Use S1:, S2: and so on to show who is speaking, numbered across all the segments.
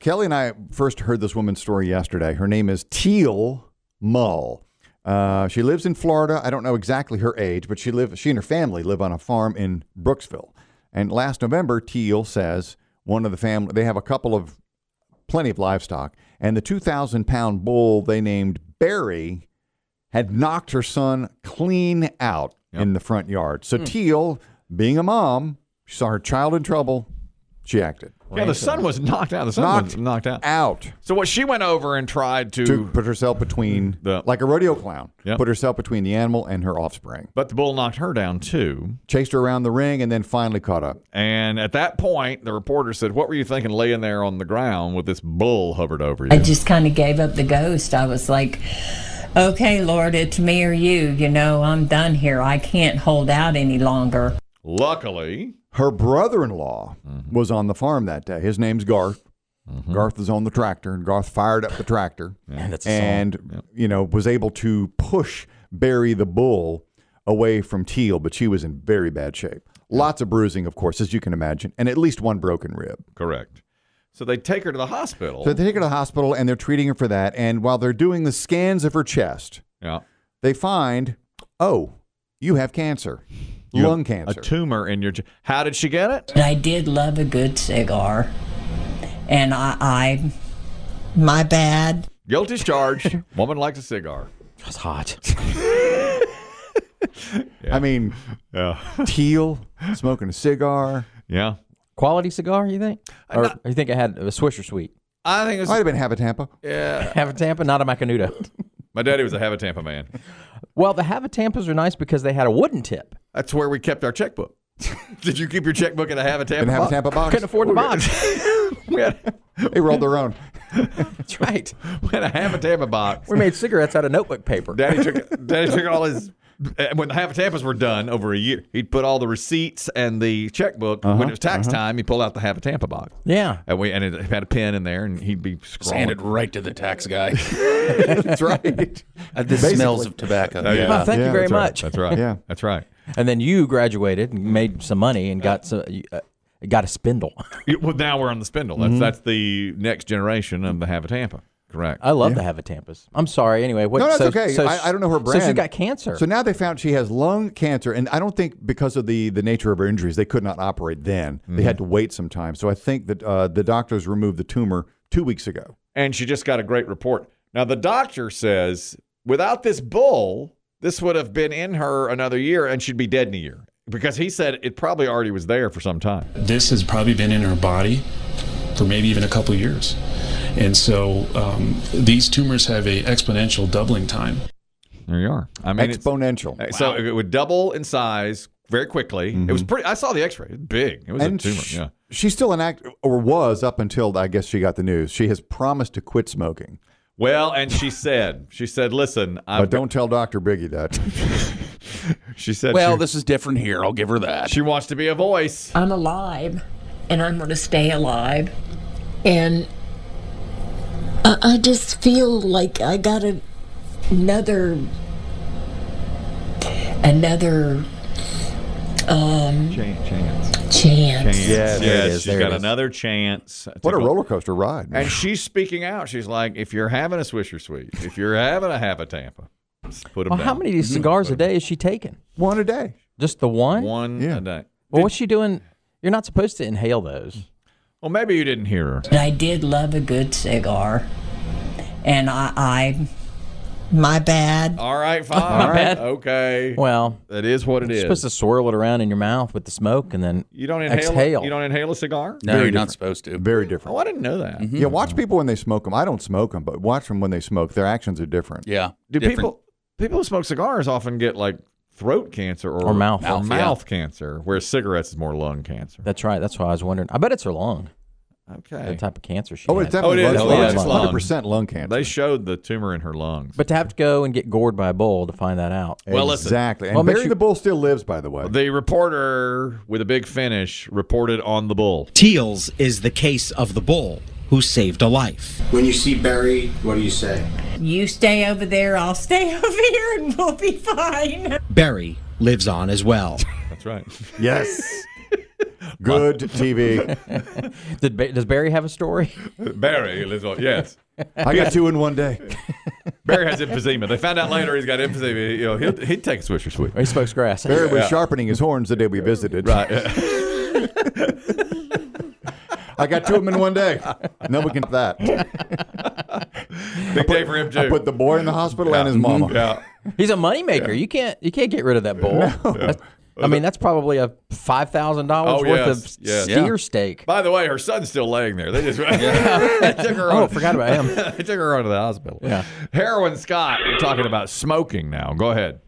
S1: Kelly and I first heard this woman's story yesterday. Her name is Teal Mull. Uh, she lives in Florida. I don't know exactly her age, but she live she and her family live on a farm in Brooksville. And last November, Teal says one of the family they have a couple of plenty of livestock, and the two thousand pound bull they named Barry had knocked her son clean out in the front yard. So Teal, being a mom, she saw her child in trouble. She acted
S2: Yeah, the son was knocked out. The son was
S1: knocked
S2: knocked out.
S1: out.
S2: So what she went over and tried to,
S1: to put herself between
S2: The-
S1: like a rodeo clown
S2: Yep.
S1: put herself between the animal and her offspring
S2: but the bull knocked her down too.
S1: chased her around the ring and then finally caught up
S2: And at that point, the reporter said, "What were you thinking, laying there on the ground with this bull hovered over you?"
S3: I just kind of gave up the ghost. I was like, okay, Lord, it's me or you. You know, I'm done here. I can't hold out any longer.
S2: Luckily,
S1: her brother-in-law
S2: Mm-hmm.
S1: was on the farm that day his name's garth garth was on the tractor and garth fired up the tractor
S4: Man, that's a song.
S1: and you know was able to push barry the bull away from teal but she was in very bad shape lots of bruising of course as you can imagine and at least one broken rib
S2: correct. So they take her to the hospital.
S1: so they take her to the hospital and they're treating her for that and while they're doing the scans of her chest
S2: yeah,
S1: they find, oh, you have cancer, lung cancer.
S2: a tumor in your. ch- How did she get it?
S3: But I did love a good cigar. And I, I my bad.
S2: Guilty as charged. Woman likes a cigar.
S4: That's hot.
S1: I mean,
S2: Yeah,
S1: teal, smoking a cigar.
S2: yeah.
S4: Quality cigar, you think?
S1: Uh,
S4: Or you think I had a Swisher Sweet?
S2: I think it's
S1: Might have been Habitampa.
S4: Have a Tampa, not a Macanudo.
S2: my daddy was a Havatampa man.
S4: well, the Havatampas are nice because they had a wooden tip.
S2: That's where we kept our checkbook. Did you keep your checkbook in a
S1: Didn't
S2: Havatampa?
S1: have a Tampa box.
S4: Couldn't afford the box.
S2: we had,
S1: They rolled their own.
S4: That's right.
S2: we had a Havatampa box.
S4: We made cigarettes out of notebook paper.
S2: Daddy took Daddy took all his and when the half tampas were done over a year, he'd put all the receipts and the checkbook.
S1: Uh-huh,
S2: When it was tax time, he pulled out the half a tampa box.
S4: Yeah.
S2: And we and it had a pen in there, and he'd be scrawling.
S5: Handed right to the tax guy.
S1: That's right.
S5: the smells of tobacco.
S4: Oh, thank
S1: Uh, Yeah,
S4: you very
S1: that's
S4: much.
S2: That's right.
S1: Yeah.
S2: that's right.
S4: And then you graduated and made some money and got some, uh, got a spindle.
S2: It- well, now we're on the spindle.
S1: Mm-hmm.
S2: That's that's the next generation of the half a tampa. Correct.
S4: I love the Havatampas. I'm sorry. Anyway, what,
S1: No, that's
S4: so,
S1: okay.
S4: So,
S1: I, I don't know her brand.
S4: So she got cancer.
S1: So now they found she has lung cancer, and I don't think because of the the nature of her injuries, they could not operate then.
S2: Mm-hmm.
S1: They had to wait some time. So I think that uh, the doctors removed the tumor two weeks ago.
S2: and she just got a great report. Now the doctor says without this bull, this would have been in her another year, and she'd be dead in a year because he said it probably already was there for some time.
S6: this has probably been in her body for maybe even a couple years. And so um, these tumors have a exponential doubling time.
S2: There you are. I mean, it's-
S1: Exponential.
S2: Uh, So it would double in size very quickly. It
S4: Mm-hmm.
S2: was pretty. I saw the X-ray. It was big. It was a tumor.
S1: sh-
S2: yeah.
S1: she's still an act or was up until I guess she got the news. She has promised to quit smoking,
S2: Well, and she said, she said, listen, I
S1: but don't tell Doctor Biggie that.
S2: She said,
S5: Well,
S2: she,
S5: this is different here. I'll give her that.
S2: she wants to be a voice.
S3: I'm alive and I'm going to stay alive. And I, I just feel like I got a, another, another um,
S2: Chance. Chance.
S3: chance.
S2: Yes,
S4: there it is,
S2: She's
S4: there it
S2: got
S4: is.
S2: another chance.
S1: What a
S2: Took
S1: roller coaster ride! man.
S2: And she's speaking out. She's like, if you're having a Swisher Sweet, if you're having a half a Tampa, just put them
S4: well,
S2: down.
S4: how many
S1: Mm-hmm.
S4: cigars a day is she taking?
S1: One a day.
S4: Just the one?
S2: One
S1: Yeah.
S2: a day.
S4: Well, what's she doing? You're not supposed to inhale those.
S2: Well, maybe you didn't hear her.
S3: But I did love a good cigar. And I, I my bad.
S2: All right, fine.
S4: bad.
S2: Okay.
S1: Mm.
S4: Well,
S2: that is what it
S4: you're
S2: is.
S4: supposed to swirl it around in your mouth with the smoke and then
S2: you don't inhale.
S4: exhale.
S2: You don't inhale a cigar.
S5: no, you're not supposed to.
S1: Very
S2: Oh,
S1: different.
S2: I didn't know that.
S4: Mm-hmm.
S1: Yeah, watch people when they smoke them. I don't smoke them, but watch them when they smoke. Their actions are different.
S5: Yeah.
S2: Do
S5: different.
S2: people people who smoke cigars often get like throat cancer or,
S4: Or mouth.
S2: or
S5: Mouth, yeah.
S2: mouth cancer, whereas cigarettes is more lung cancer.
S4: That's right. That's why I was wondering. I bet it's her lung, the
S2: Okay.
S4: type of cancer she
S1: Oh,
S4: had.
S1: it's definitely
S2: Oh, it is.
S1: lung
S2: Oh,
S4: yeah,
S1: cancer.
S4: it's lung.
S1: 100% lung cancer.
S2: They showed the tumor in her lungs.
S4: But to have to go and get gored by a bull to find that out.
S2: well, listen.
S1: exactly. And
S4: Well, make
S1: Barry
S4: sure-
S1: the Bull still lives, by the way.
S2: The reporter with a big finish reported on the bull.
S7: Teals is the case of the bull who saved a life.
S8: When you see Barry, what do you say?
S3: You stay over there, I'll stay over here and we'll be fine.
S7: Barry lives on as well.
S2: That's right.
S1: Yes. Good TV.
S4: Did ba- does Barry have a story?
S2: Barry, Elizabeth, yes.
S1: I got two in one day.
S2: Barry has emphysema. They found out later he's got emphysema. You know, he'll, he'd take a swisher sweet.
S4: He smokes grass.
S1: Barry was sharpening his horns the day we visited. Right. I got two of them in one day. No, we can that.
S2: Big day for him,
S1: I
S2: too.
S1: put the boy in the hospital and
S4: Mm-hmm.
S1: his mama.
S2: yeah.
S4: He's a moneymaker. You can't you can't get rid of that bowl. That's- I mean, that's probably a five thousand dollars
S2: Oh,
S4: worth
S2: yes,
S4: of
S2: yes.
S4: steer
S5: Yeah.
S4: steak.
S2: By the way, her son's still laying there. They just they took her
S4: Oh,
S2: on.
S4: forgot about him.
S2: they took her on to the hospital.
S4: Yeah.
S2: Heroin Scott, we're talking about smoking now. Go ahead.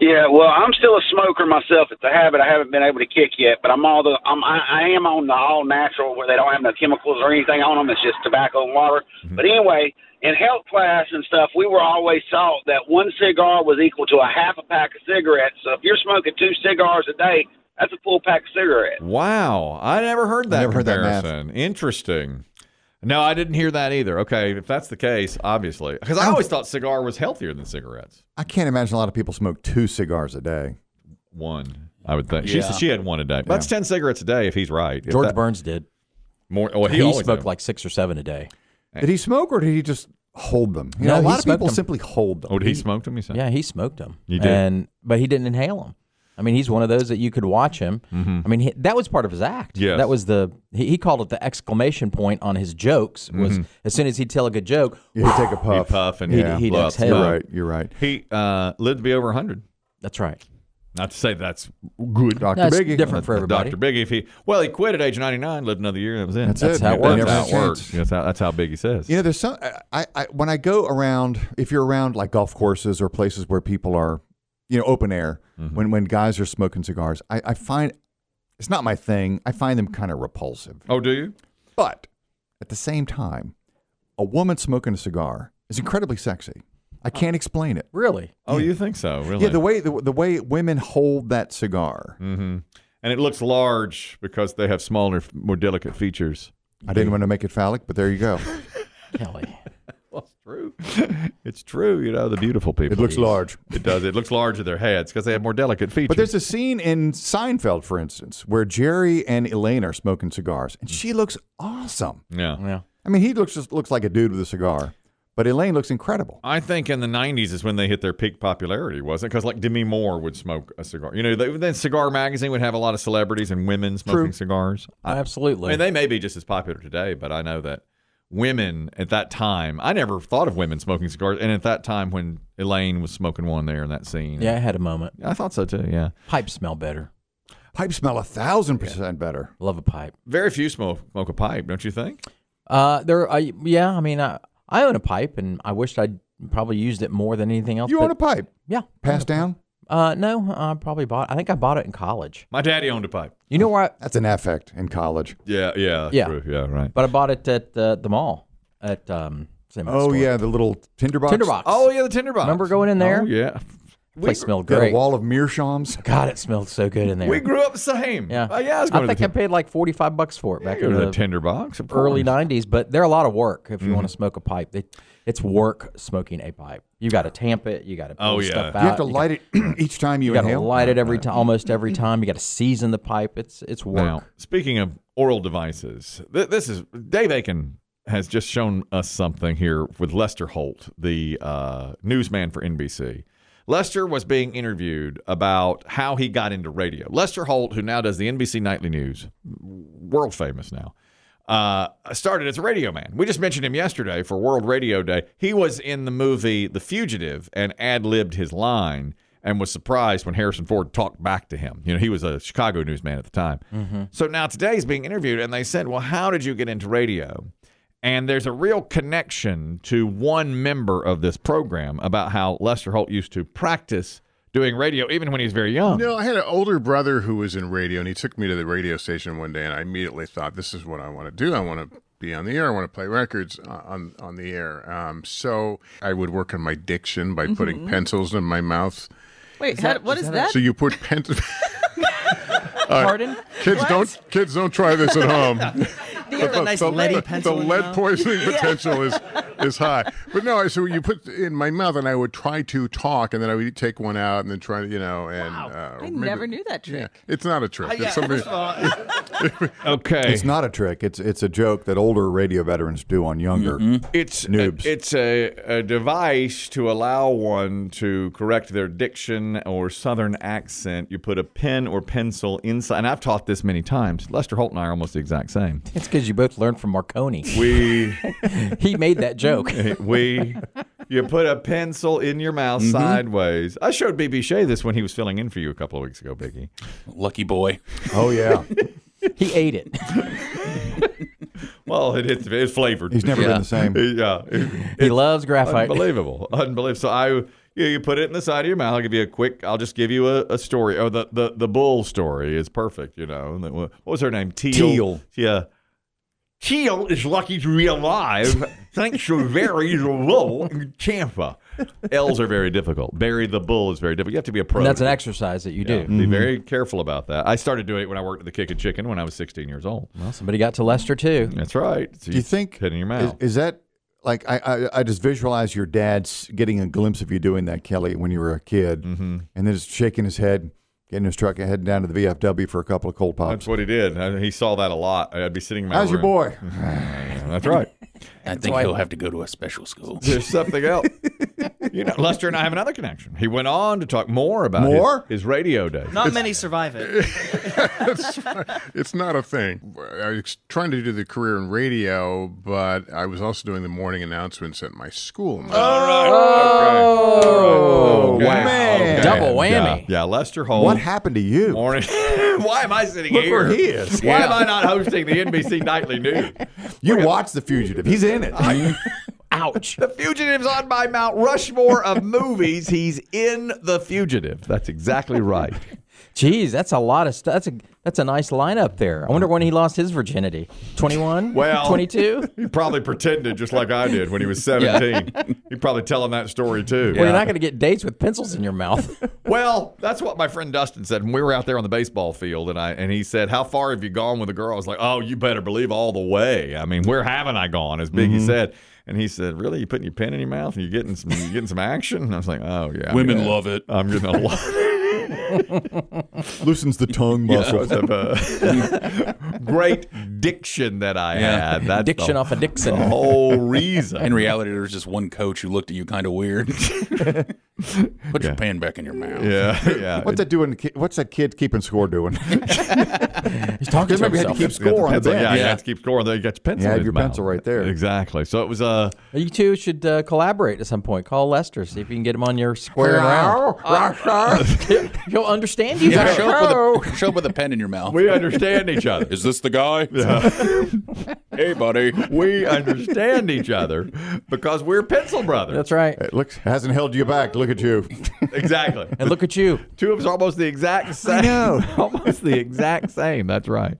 S9: Yeah, well, I'm still a smoker myself. It's a habit I haven't been able to kick yet, but I'm all the I'm I, I am on the all natural where they don't have no chemicals or anything on them. It's just tobacco and water. But anyway, in health class and stuff, we were always taught that one cigar was equal to a half a pack of cigarettes. So if you're smoking two cigars a day, that's a full pack of cigarettes.
S2: Wow, I never heard that
S1: never heard that math.
S2: comparison. Interesting. No, I didn't hear that either. Okay, if that's the case, obviously, because I always thought cigar was healthier than cigarettes.
S1: I can't imagine a lot of people smoke two cigars a day.
S2: One, I would think. She said she had one a day. That's ten cigarettes a day if he's right. If
S4: George
S2: that-
S4: Burns did.
S2: more. Well, he,
S4: He,
S2: always
S4: smoked
S2: did.
S4: like six or seven a day.
S1: Did he smoke or did he just hold them? You
S4: No,
S1: know, a
S4: he
S1: lot of
S4: smoked
S1: people
S4: them.
S1: simply hold them.
S2: Oh, did he smoke them? You said.
S4: Yeah, he smoked them.
S2: He did.
S4: and but he didn't inhale them. I mean, he's one of those that you could watch him. I mean, he, that was part of his act.
S2: Yes.
S4: that was the he, he called it the exclamation point on his jokes. Was as soon as he'd tell a good joke,
S1: Yeah, he'd take a puff.
S2: He'd puff and uh,
S1: He'd-
S2: yeah,
S4: he'd
S2: blow out
S4: exhale.
S1: You're
S2: smoke.
S1: right. You're right.
S2: He uh, lived to be over hundred.
S4: that's right.
S2: Not to say that's good.
S1: Dr.
S4: That's
S1: Biggie.
S4: different for
S2: That's
S4: everybody.
S2: Dr. Biggie, if he well, he quit at age ninety nine, lived another year, that was it.
S1: That's That's it.
S4: how it works.
S2: That's how it
S1: Never
S2: works.
S1: change.
S2: That's how, that's how Biggie says.
S1: You know, there's some. I- I, I when I go around, if you're around like golf courses or places where people are, you know, open air, when when guys are smoking cigars, I, I find it's not my thing. I find them kind of repulsive.
S2: Oh, do you?
S1: But at the same time, a woman smoking a cigar is incredibly sexy. I can't explain it.
S4: Really,
S2: Oh, you think so? Really?
S1: Yeah, the way the, the way women hold that cigar.
S2: and it looks large because they have smaller, more delicate features.
S1: I didn't want to make it phallic, but there you go.
S4: Kelly.
S2: Well, it's true. it's true. You know, the beautiful people.
S1: It looks large.
S2: It does. It looks large in their heads because they have more delicate features.
S1: But there's a scene in Seinfeld, for instance, where Jerry and Elaine are smoking cigars, and she looks awesome.
S2: yeah.
S4: Yeah.
S1: I mean, he looks just looks like a dude with a cigar, but Elaine looks incredible.
S2: I think in the '90s is when they hit their peak popularity, wasn't it? Because like Demi Moore would smoke a cigar. You know, they, then Cigar Magazine would have a lot of celebrities and women smoking cigars. I
S4: Absolutely.
S2: mean, they may be just as popular today, but I know that women at that time, I never thought of women smoking cigars. And at that time, when Elaine was smoking one there in that scene,
S4: yeah, I had a moment.
S2: I thought so too. Yeah,
S4: Pipes smell better.
S1: Pipe smell a thousand percent better.
S4: Love a pipe.
S2: very few smoke smoke a pipe, don't you think?
S4: Uh, there. I yeah. I mean, I I own a pipe, and I wished I'd probably used it more than anything else.
S1: You
S4: but-
S1: own a pipe?
S4: Yeah.
S1: Passed down?
S4: Uh, no, I probably bought. I think I bought it in college.
S2: My daddy owned a pipe.
S4: You know where? I,
S1: That's an affect in college.
S2: Yeah, yeah,
S4: Yeah.
S2: true. yeah, right.
S4: but I bought it at uh, the mall at um. St. Mark's
S1: Oh
S4: store.
S1: yeah, the little tinderbox.
S4: tinderbox.
S2: Oh yeah, the tinderbox.
S4: Remember going in there?
S2: Oh yeah,
S4: place smelled
S1: Got a
S4: great.
S1: wall of meerschaums.
S4: God, it smelled so good in there.
S2: we grew up the same.
S4: yeah,
S2: Oh, yeah. I was going
S4: think
S2: to
S4: I paid like forty five bucks for it back
S2: the,
S4: in
S2: tin-
S4: the,
S2: the tinderbox. of
S4: early
S2: course.
S4: nineties. But they're a lot of work if you
S2: Mm-hmm.
S4: want to smoke a pipe. They, it's work smoking a pipe. You got to tamp it. Uh, You got to
S2: Oh, yeah.
S4: stuff
S2: You
S4: out.
S1: You have to light it each time you,
S4: You got to
S1: inhale.
S4: light it every time, almost every time. You got to season the pipe. It's it's work.
S2: Now, speaking of oral devices, th- this is Dave Aiken has just shown us something here with Lester Holt, the uh, newsman for NBC. Lester was being interviewed about how he got into radio. Lester Holt, who now does the NBC Nightly News, world famous now, uh, started as a radio man. We just mentioned him yesterday for World Radio Day. He was in the movie The Fugitive and ad libbed his line and was surprised when Harrison Ford talked back to him. You know, he was a Chicago newsman at the time. So now today he's being interviewed, and they said, Well, how did you get into radio? And there's a real connection to one member of this program about how Lester Holt used to practice doing radio even when he was very young.
S10: No, I had an older brother who was in radio, and he took me to the radio station one day, and I immediately thought, "This is what I want to do. I want to be on the air. I want to play records uh, on on the air." Um, so I would work on my diction by putting pencils in my mouth.
S11: Mm-hmm. Wait, how, what is that?
S10: So you put pencils.
S4: Pardon?
S10: kids don't kids don't try this at home.
S11: You have a nice
S10: the,
S11: leady
S10: the-
S11: pencil
S10: the
S11: in your
S10: lead
S11: mouth.
S10: poisoning potential is is high. But no, so you put in my mouth, and I would try to talk, and then I would take one out, and then try to, you know, and uh,
S11: I
S10: maybe-
S11: never knew that
S10: Yeah,
S11: trick.
S10: it's not a trick.
S11: Uh, yeah,
S10: It's something.
S11: first of all,
S2: Okay.
S1: It's not a trick. It's it's a joke that older radio veterans do on younger
S4: Mm-hmm.
S2: It's
S1: noobs.
S2: A, it's a, a device to allow one to correct their diction or southern accent. You put a pen or pencil inside, and I've taught this many times. Lester Holt and I are almost the exact same.
S4: It's because you both learned from Marconi.
S2: We
S4: he made that joke.
S2: we you put a pencil in your mouth
S1: Mm-hmm.
S2: sideways. I showed BB Shea this when he was filling in for you a couple of weeks ago, Biggie.
S5: Lucky boy.
S1: Oh yeah.
S4: he ate it.
S2: Well, it, it's it's flavored.
S1: He's never
S2: Yeah.
S1: been the same.
S2: Yeah, it-
S4: He loves graphite.
S2: Unbelievable, unbelievable. So I, you, you put it in the side of your mouth. I'll give you a quick. I'll just give you a, a story. Oh, the, the the bull story is perfect. You know, And then what what was her name? Teal.
S1: Teal.
S2: Yeah. Teal is lucky to be alive thanks to Barry the Bull in Tampa. L's are very difficult. Barry the Bull is very difficult. You have to be a pro.
S4: And that's an
S2: to-
S4: exercise that you
S2: yeah,
S4: do.
S1: Mm-hmm.
S2: Be very careful about that. I started doing it when I worked at the Kick and Chicken when I was 16 years old.
S4: Well, somebody got to Lester too.
S2: That's right. So
S1: Do you think
S2: put it in your
S1: is,
S2: mouth?
S1: is that like I, I I just visualize your dad's getting a glimpse of you doing that, Kelly, when you were a kid, and then just shaking his head, getting his truck, and heading down to the VFW for a couple of cold
S2: That's
S1: pops.
S2: what he did. I- He saw that a lot. I'd be sitting. In my
S1: How's your
S2: room.
S1: boy?
S2: That's right.
S5: I think he'll have to go to a special school.
S2: There's something else. You know, Lester and I have another connection. He went on to talk more about
S1: More?
S2: His, his radio days.
S11: Not many survive it.
S10: It's not a thing. I was trying to do the career in radio, but I was also doing the morning announcements at my school.
S2: Oh,
S1: man.
S4: Double whammy.
S2: Yeah, yeah, Lester Holt.
S1: What happened to you?
S2: Morning. Why am I sitting
S1: Look
S2: here?
S1: where he is.
S2: Why am I not hosting the NBC Nightly News?
S1: You watch The Fugitive. He's in it.
S4: Ouch.
S2: The Fugitive's on my Mount Rushmore of movies. He's in The Fugitive. That's exactly right.
S4: Jeez, that's a lot of stuff. That's a that's a nice lineup there. I wonder when he lost his virginity. 21?
S2: Well-
S4: 22?
S2: He probably pretended just like I did when he was 17. He'd probably tell him that story too.
S4: Well, you're not going to get dates with pencils in your mouth.
S2: Well, that's what my friend Dustin said when we were out there on the baseball field, and I and he said, "How far have you gone with a girl?" I was like, "Oh, you better believe all the way." I mean, where haven't I gone? As Biggie said, and he said, "Really? You putting your pen in your mouth and you getting some you getting some action?" And I was like, "Oh yeah, I'm
S5: Women
S2: getting-
S5: love it.
S2: I'm getting a lot
S1: Loosens the tongue muscle.
S2: of uh, great diction that I
S5: Yeah.
S2: had. That's
S4: Diction
S2: the,
S4: off a Dixon.
S2: the whole reason.
S5: In reality, there was just one coach who looked at you kind of weird. Put your pen back in your mouth.
S2: yeah, yeah.
S1: What's that doing? to ki- What's that kid keeping score doing?
S4: He's talking to
S1: Remember, you had to keep
S2: You got
S4: himself.
S2: the
S1: score on the
S2: pencil. Yeah,
S1: bench.
S2: you
S5: Yeah.
S2: have to keep scoring. There, you got your pencil.
S1: Yeah,
S2: in
S1: have
S2: his
S1: your
S2: mouth.
S1: pencil right there.
S2: Exactly. So it was uh,
S4: You two should uh, collaborate at some point. Call Lester, see if you can get him on your square and round. He'll understand you.
S5: Yeah,
S4: better.
S5: show, up with a, show up with a pen in your mouth.
S2: we understand each other.
S5: Is this the guy? hey, buddy.
S2: we understand each other because we're pencil brothers.
S4: That's right.
S1: It looks hasn't held you back. Look at you.
S2: Exactly.
S4: And look at you.
S2: Two of us are almost the exact same. No, almost the exact same. That's right.